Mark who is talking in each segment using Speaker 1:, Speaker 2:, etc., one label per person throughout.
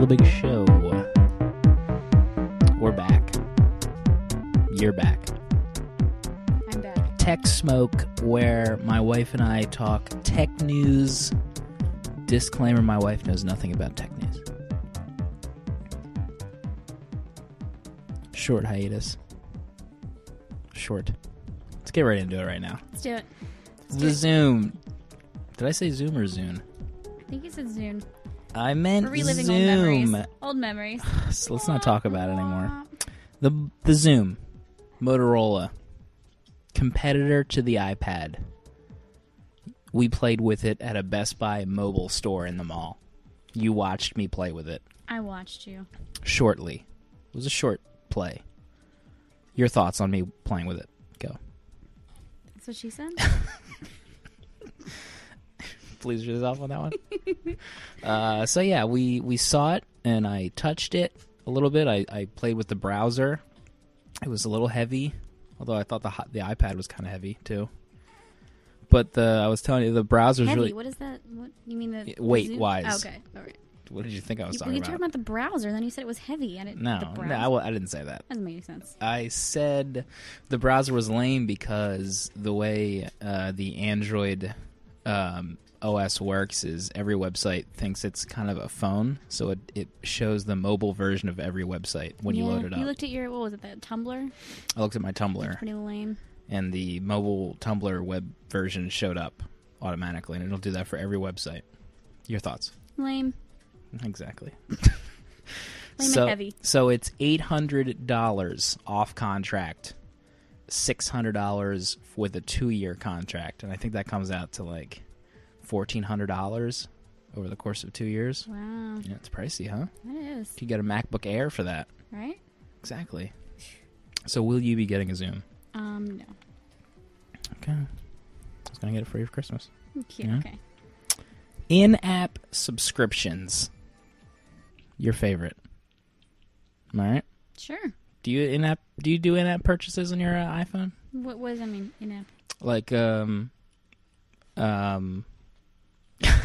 Speaker 1: the big show. We're back. You're back.
Speaker 2: I'm back.
Speaker 1: Tech Smoke, where my wife and I talk tech news. Disclaimer my wife knows nothing about tech news. Short hiatus. Short. Let's get right into it right now.
Speaker 2: Let's do it.
Speaker 1: The Zoom. Did I say Zoom or Zune?
Speaker 2: I think you said Zoom.
Speaker 1: I meant
Speaker 2: We're reliving
Speaker 1: Zoom.
Speaker 2: old memories. Old memories.
Speaker 1: So let's not talk about it anymore. The the Zoom, Motorola, competitor to the iPad. We played with it at a Best Buy mobile store in the mall. You watched me play with it
Speaker 2: I watched you.
Speaker 1: shortly. It was a short play. Your thoughts on me playing with it? Go.
Speaker 2: That's what she said.
Speaker 1: please yourself on that one. uh, so yeah, we we saw it and I touched it a little bit. I, I played with the browser. It was a little heavy, although I thought the hi- the iPad was kind of heavy too. But the I was telling you the browser's
Speaker 2: Heavy.
Speaker 1: really.
Speaker 2: What is that? What you mean the
Speaker 1: Yeah, weight
Speaker 2: Zoom? Oh,
Speaker 1: wise.
Speaker 2: okay. All right.
Speaker 1: What did you think I was
Speaker 2: You,
Speaker 1: talking
Speaker 2: you
Speaker 1: about?
Speaker 2: talking about the browser, then you said it was heavy, and it the
Speaker 1: no,
Speaker 2: browser
Speaker 1: no, I, wa- I didn't say that.
Speaker 2: doesn't make any sense.
Speaker 1: I said the browser was lame because the way uh, the Android um, OS works is every website thinks it's kind of a phone, so it, it shows the mobile version of every website when you
Speaker 2: Yeah.
Speaker 1: load it up.
Speaker 2: you looked at your what was it? That Tumblr.
Speaker 1: I looked at my Tumblr,
Speaker 2: Pretty lame.
Speaker 1: and the mobile Tumblr web version showed up automatically, and it'll do that for every website. Your thoughts?
Speaker 2: Lame.
Speaker 1: Exactly.
Speaker 2: Lame
Speaker 1: so,
Speaker 2: and heavy.
Speaker 1: so it's eight hundred dollars off contract, six hundred dollars with a two-year contract, and I think that comes out to like fourteen hundred dollars over the course of two years.
Speaker 2: Wow.
Speaker 1: Yeah, it's pricey, huh?
Speaker 2: That is
Speaker 1: You could get a MacBook Air for that.
Speaker 2: right.
Speaker 1: Exactly. So will you be getting a Zoom?
Speaker 2: Um. No.
Speaker 1: Okay. I was gonna get it for you for Christmas.
Speaker 2: Cute.
Speaker 1: Yeah.
Speaker 2: Okay.
Speaker 1: In-app subscriptions. Your favorite. All right.
Speaker 2: Sure.
Speaker 1: Do you in-app? Do you do in-app purchases on your uh, iPhone?
Speaker 2: What was I mean? You know.
Speaker 1: like um um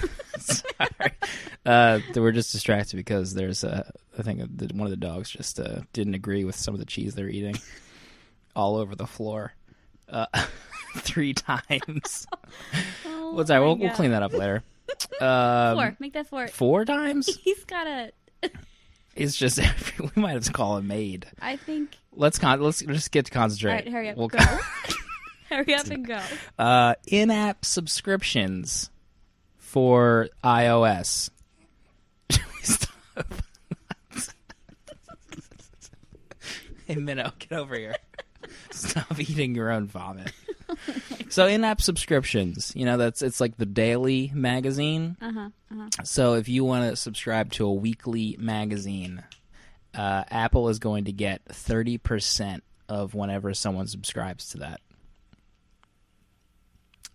Speaker 1: sorry uh they were just distracted because there's a i think that one of the dogs just uh didn't agree with some of the cheese they're eating all over the floor uh three times
Speaker 2: Oh,
Speaker 1: what's that
Speaker 2: my
Speaker 1: we'll, we'll
Speaker 2: God.
Speaker 1: clean that up later um
Speaker 2: Four. Make that four.
Speaker 1: four times
Speaker 2: He's got a.
Speaker 1: it's just every, we might have to call a maid
Speaker 2: I think.
Speaker 1: let's con let's just get to concentrate
Speaker 2: All right. Hurry up.
Speaker 1: We'll
Speaker 2: go.
Speaker 1: con-
Speaker 2: hurry up and go.
Speaker 1: uh, in-app subscriptions for iOS. Should we stop? hey, Minnow, get over here. Stop eating your own vomit. so in-app subscriptions, you know, that's it's like the daily magazine.
Speaker 2: Uh huh. Uh huh.
Speaker 1: So if you want to subscribe to a weekly magazine, uh, Apple is going to get thirty percent of whenever someone subscribes to that.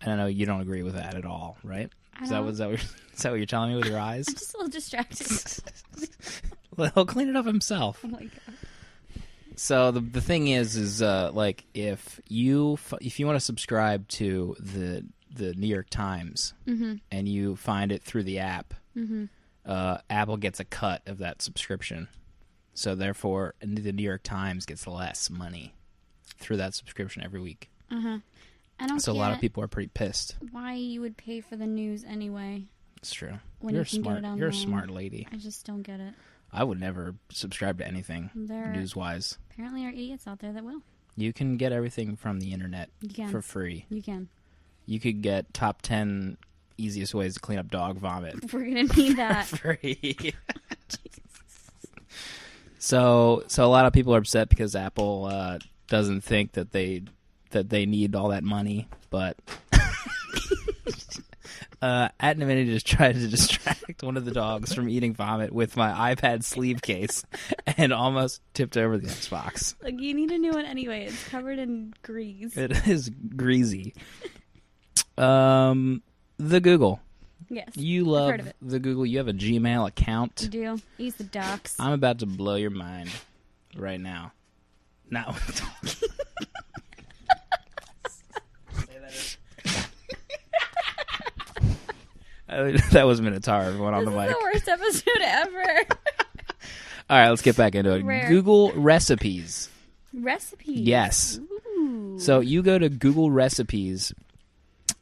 Speaker 1: And I know you don't agree with that at all, right?
Speaker 2: I
Speaker 1: Is that,
Speaker 2: don't-
Speaker 1: what, is, that what, is that what you're telling me with your eyes?
Speaker 2: I'm just a little distracted.
Speaker 1: Well, He'll clean it up himself.
Speaker 2: oh my god.
Speaker 1: So the the thing is, is uh, like if you f- if you want to subscribe to the the New York Times
Speaker 2: Mm-hmm.
Speaker 1: and you find it through the app, uh, Apple gets a cut of that subscription. So therefore, the New York Times gets less money through that subscription every week.
Speaker 2: Uh-huh. I don't
Speaker 1: So a lot of people are pretty pissed.
Speaker 2: why you would pay for the news anyway.
Speaker 1: It's true.
Speaker 2: When
Speaker 1: you're
Speaker 2: you can
Speaker 1: smart.
Speaker 2: get it
Speaker 1: You're a
Speaker 2: online.
Speaker 1: smart lady.
Speaker 2: I just don't get it.
Speaker 1: I would never subscribe to anything
Speaker 2: There are-
Speaker 1: news wise.
Speaker 2: Apparently, there are idiots out there that will.
Speaker 1: You can get everything from the internet
Speaker 2: You can.
Speaker 1: for free.
Speaker 2: You can.
Speaker 1: you could get top 10 easiest ways to clean up dog vomit
Speaker 2: We're gonna need that.
Speaker 1: free. so so a lot of people are upset because Apple uh, doesn't think that they that they need all that money, but uh, at Naminity just tried to distract one of the dogs from eating vomit with my iPad sleeve case and almost tipped over the Xbox.
Speaker 2: like you need a new one anyway. It's covered in grease.
Speaker 1: It is greasy. Um, the Google.
Speaker 2: yes.
Speaker 1: You love
Speaker 2: heard of it.
Speaker 1: the Google. You have a Gmail
Speaker 2: I
Speaker 1: account.
Speaker 2: do. I use the docs.
Speaker 1: I'm about to blow your mind right now. No. I mean, that was Minotaur, everyone on
Speaker 2: this
Speaker 1: the
Speaker 2: is
Speaker 1: mic.
Speaker 2: the worst episode ever.
Speaker 1: All right, let's get back into it.
Speaker 2: Rare.
Speaker 1: Google recipes.
Speaker 2: Recipes.
Speaker 1: Yes.
Speaker 2: Ooh.
Speaker 1: So you go to Google recipes,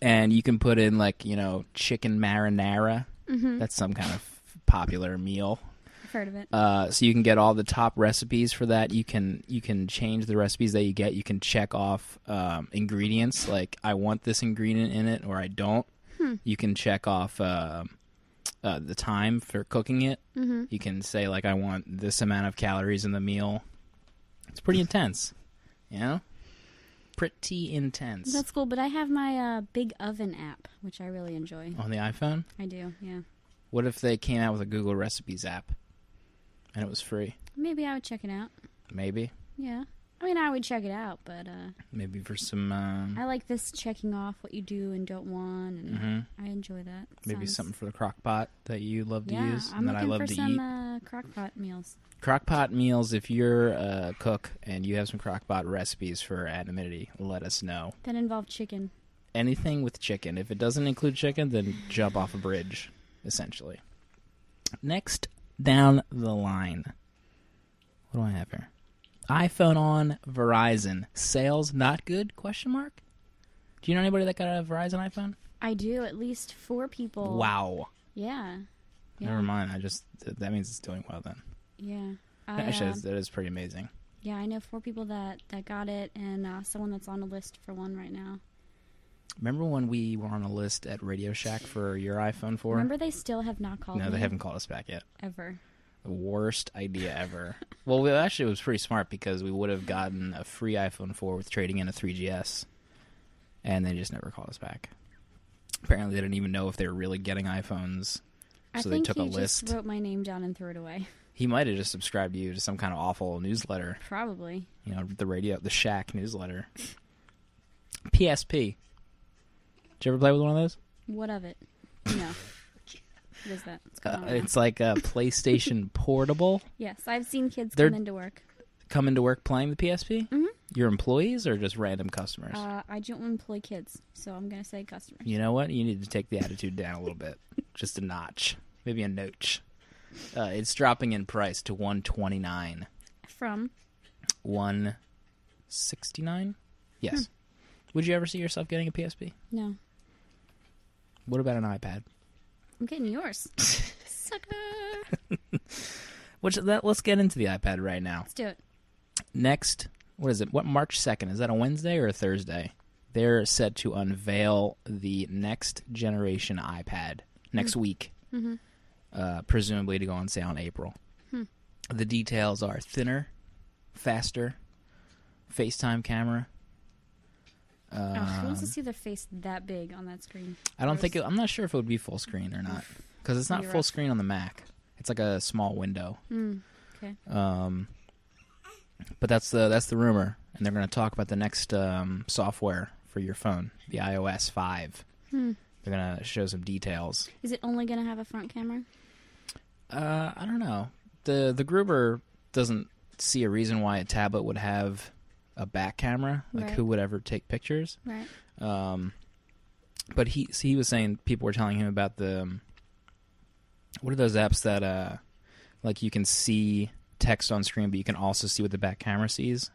Speaker 1: and you can put in like you know chicken marinara.
Speaker 2: Mm-hmm.
Speaker 1: That's some kind of popular meal.
Speaker 2: I've heard of it.
Speaker 1: Uh, so you can get all the top recipes for that. You can you can change the recipes that you get. You can check off um, ingredients like I want this ingredient in it or I don't.
Speaker 2: Hmm.
Speaker 1: You can check off uh, uh, the time for cooking it. Mm-hmm. You can say like I want this amount of calories in the meal. It's pretty intense, you know. Pretty intense
Speaker 2: That's cool, but I have my uh, big oven app, which I really enjoy.
Speaker 1: on the iPhone.
Speaker 2: I do, yeah.
Speaker 1: What if they came out with a Google Recipes app and it was free?
Speaker 2: Maybe I would check it out.
Speaker 1: Maybe,
Speaker 2: Yeah. I mean, I would check it out, but uh,
Speaker 1: maybe for some. Um,
Speaker 2: I like this checking off what you do and don't want, and I enjoy that.
Speaker 1: Mm-hmm. Maybe
Speaker 2: Sounds-
Speaker 1: something for the crock pot that you love to
Speaker 2: yeah,
Speaker 1: use
Speaker 2: I'm
Speaker 1: and that I
Speaker 2: looking
Speaker 1: love
Speaker 2: for
Speaker 1: to
Speaker 2: some
Speaker 1: eat.
Speaker 2: Uh, crock pot meals.
Speaker 1: Crock pot meals, if you're a cook and you have some crock pot recipes for anonymity, let us know.
Speaker 2: That involve chicken.
Speaker 1: Anything with chicken. If it doesn't include chicken, then jump off a bridge, essentially. Next down the line. What do I have here? iPhone on Verizon. Sales not good? Question mark? Do you know anybody that got a Verizon iPhone?
Speaker 2: I do at least four people.
Speaker 1: Wow.
Speaker 2: Yeah. Yeah.
Speaker 1: Never mind. I just that means it's doing well then.
Speaker 2: Yeah. I,
Speaker 1: Actually,
Speaker 2: uh,
Speaker 1: that's- that is pretty amazing.
Speaker 2: yeah, I know four people that that got it, and uh, someone that's on a list for one right now.
Speaker 1: Remember when we were on a list at Radio Shack for your iPhone 4?
Speaker 2: Remember, they still have not called.
Speaker 1: no, they
Speaker 2: me
Speaker 1: haven't called us back yet.
Speaker 2: ever.
Speaker 1: The worst idea ever. well, we actually it was pretty smart because we would have gotten a free iPhone 4 with trading in a 3GS, and they just never called us back. Apparently, they didn't even know if they were really getting iPhones,
Speaker 2: I
Speaker 1: so they
Speaker 2: think
Speaker 1: took
Speaker 2: he
Speaker 1: a list.
Speaker 2: just wrote my name down and threw it away.
Speaker 1: He might have just subscribed you to some kind of awful newsletter.
Speaker 2: Probably.
Speaker 1: you know, the radio, the Shack newsletter. PSP. Did you ever play with one of those?
Speaker 2: What of it? No. what is that? What's going
Speaker 1: Uh,
Speaker 2: on right now?
Speaker 1: it's like a PlayStation Portable.
Speaker 2: Yes, I've seen kids
Speaker 1: They're-
Speaker 2: come into work.
Speaker 1: Come into work playing the PSP. Mm-hmm. Your employees or just random customers?
Speaker 2: Uh, I don't employ kids, so I'm gonna say customers.
Speaker 1: you know what? You need to take the attitude down a little bit, just a notch, maybe a notch. Uh, it's dropping in price to one twenty nine.
Speaker 2: From
Speaker 1: One sixty nine. Yes. Would you ever see yourself getting a PSP?
Speaker 2: no,
Speaker 1: What about an iPad?
Speaker 2: I'm getting yours, sucker.
Speaker 1: Which that, let's get into the iPad right now.
Speaker 2: Let's do it.
Speaker 1: next what is it what march 2nd is that a wednesday or a thursday they're set to unveil the next generation ipad next week uh, presumably to go on sale in april the details are thinner faster facetime camera Um,
Speaker 2: oh, who wants to see their face that big on that screen?
Speaker 1: i don't think it, i'm not sure if it would be full screen or not because it's not
Speaker 2: You're
Speaker 1: full
Speaker 2: right.
Speaker 1: screen on the mac it's like a small window
Speaker 2: Okay.
Speaker 1: Um, But that's the that's the rumor, and they're going to talk about the next um, software for your phone, the iOS five. They're going to show some details.
Speaker 2: Hmm. Is it only gonna have a front camera?
Speaker 1: Uh, I don't know. the The Gruber doesn't see a reason why a tablet would have a back camera. Like,
Speaker 2: Right.
Speaker 1: who would ever take pictures?
Speaker 2: Right.
Speaker 1: Um, but he so he was saying people were telling him about the um, what are those apps that uh like you can see text on screen, but you can also see what the back camera sees.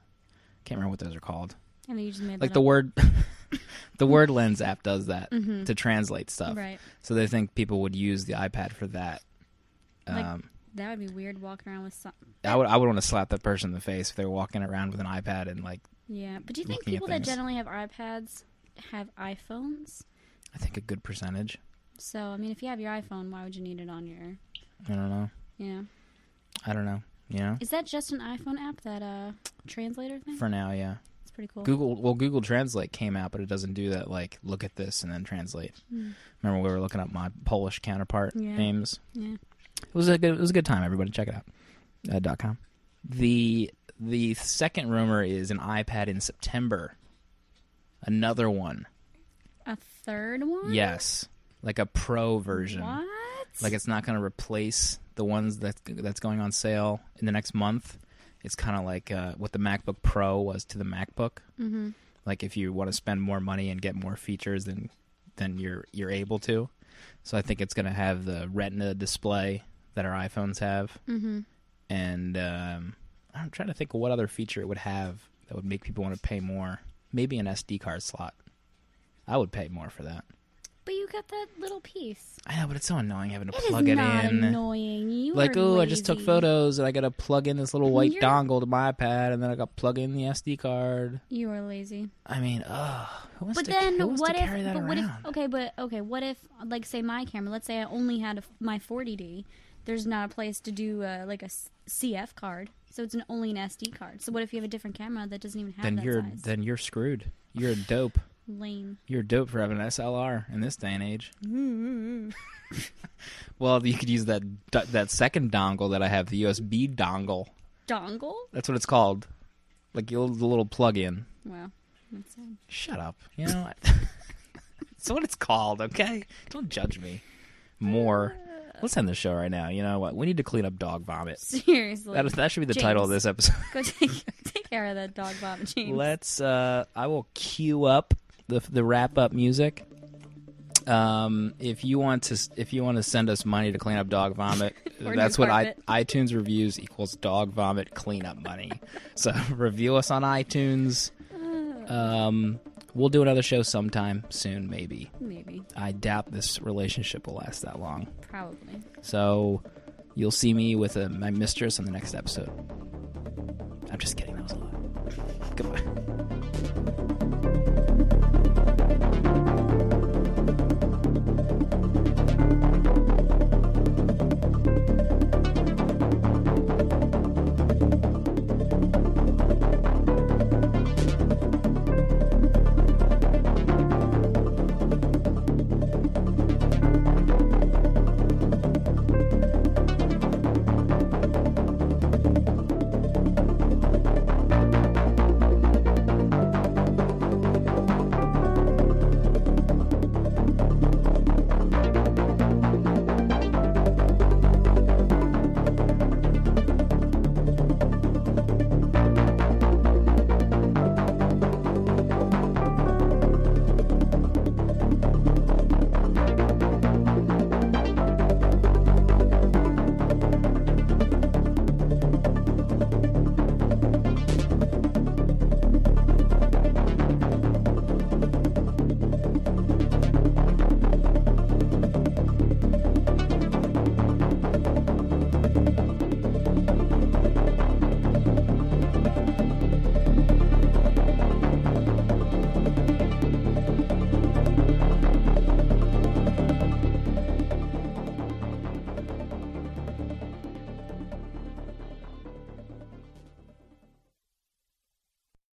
Speaker 1: Can't remember what those are called.
Speaker 2: And you just made
Speaker 1: like
Speaker 2: that
Speaker 1: the
Speaker 2: up. Mm-hmm.
Speaker 1: word the word lens app does that to translate stuff
Speaker 2: Right.
Speaker 1: so they think people would use the ipad for that
Speaker 2: Like-
Speaker 1: um,
Speaker 2: That would be weird walking around with something.
Speaker 1: I would I would want to slap that person in the face if they were walking around with an iPad and like
Speaker 2: Yeah, but do you think
Speaker 1: Looking at
Speaker 2: people that
Speaker 1: things.
Speaker 2: generally have iPads have iPhones?
Speaker 1: I think a good percentage.
Speaker 2: So I mean, if you have your iPhone, why would you need it on your?
Speaker 1: I don't know.
Speaker 2: You know,
Speaker 1: I don't know. You know,
Speaker 2: is that just an iPhone app that uh translator thing?
Speaker 1: for now, yeah.
Speaker 2: It's pretty cool.
Speaker 1: Google well Google Translate came out, but it doesn't do that like look at this and then translate. Remember we were looking up my Polish counterpart
Speaker 2: Hmm. Yeah.
Speaker 1: names.
Speaker 2: Yeah.
Speaker 1: It was a good it was a good time, everybody. Check it out. Uh, dot com. The the second rumor is an iPad in September. Another one.
Speaker 2: A third one?
Speaker 1: Yes. Like a pro version.
Speaker 2: What?
Speaker 1: Like it's not going to replace the ones that that's going on sale in the next month. It's kind of like uh, what the MacBook Pro was to the MacBook. Mm-hmm. Like if you want to spend more money and get more features than than you're you're able to. So I think it's going to have the Retina display that our iPhones have. Mm-hmm. and um, I'm trying to think of what other feature it would have that would make people want to pay more. Maybe an SD card slot. I would pay more for that.
Speaker 2: But you got that little piece.
Speaker 1: I know, but it's so annoying having to
Speaker 2: It is
Speaker 1: plug it
Speaker 2: not
Speaker 1: in.
Speaker 2: annoying. You
Speaker 1: like,
Speaker 2: are
Speaker 1: oh, I just took
Speaker 2: lazy.
Speaker 1: photos, and I got to plug in this little white
Speaker 2: You're-
Speaker 1: dongle to my iPad, and then I got to plug in the SD card.
Speaker 2: You are lazy.
Speaker 1: I mean, ugh. Who wants
Speaker 2: But
Speaker 1: to, who
Speaker 2: then
Speaker 1: wants
Speaker 2: what
Speaker 1: to
Speaker 2: if?
Speaker 1: carry that
Speaker 2: But
Speaker 1: around?
Speaker 2: what if? Okay, but okay, what if? Like, say my camera. Let's say I only had a, my 40D. There's not a place to do uh, like a s- CF card, so it's an, only an SD card. So what if you have a different camera that doesn't even have
Speaker 1: then
Speaker 2: that
Speaker 1: you're
Speaker 2: size?
Speaker 1: then you're screwed. You're a dope.
Speaker 2: Lame.
Speaker 1: You're dope for having an SLR in this day and age.
Speaker 2: Mm-hmm.
Speaker 1: Well, you could use that that second dongle that I have, the USB dongle.
Speaker 2: Dongle.
Speaker 1: That's what it's called. Like your the little plug-in.
Speaker 2: Wow. That's sad.
Speaker 1: Shut up. You know. That's what it's called. Okay. Don't judge me. More. Let's end the show right now. You know what? We need to clean up dog vomit.
Speaker 2: Seriously.
Speaker 1: That is, that should be the title of
Speaker 2: James.
Speaker 1: this episode.
Speaker 2: Go take, take care of that dog vomit, James.
Speaker 1: Let's. Uh, I will cue up the the wrap up music. Um, if you want to, s- if you want to send us money to clean up dog vomit, uh,
Speaker 2: Or
Speaker 1: that's
Speaker 2: new
Speaker 1: what I, iTunes reviews equals dog vomit cleanup money. so review us on iTunes.
Speaker 2: Uh.
Speaker 1: Um, we'll do another show sometime soon, maybe.
Speaker 2: Maybe.
Speaker 1: I doubt this relationship will last that long.
Speaker 2: Probably.
Speaker 1: So you'll see me with uh my mistress on the next episode. I'm just kidding. That was a lie. Goodbye.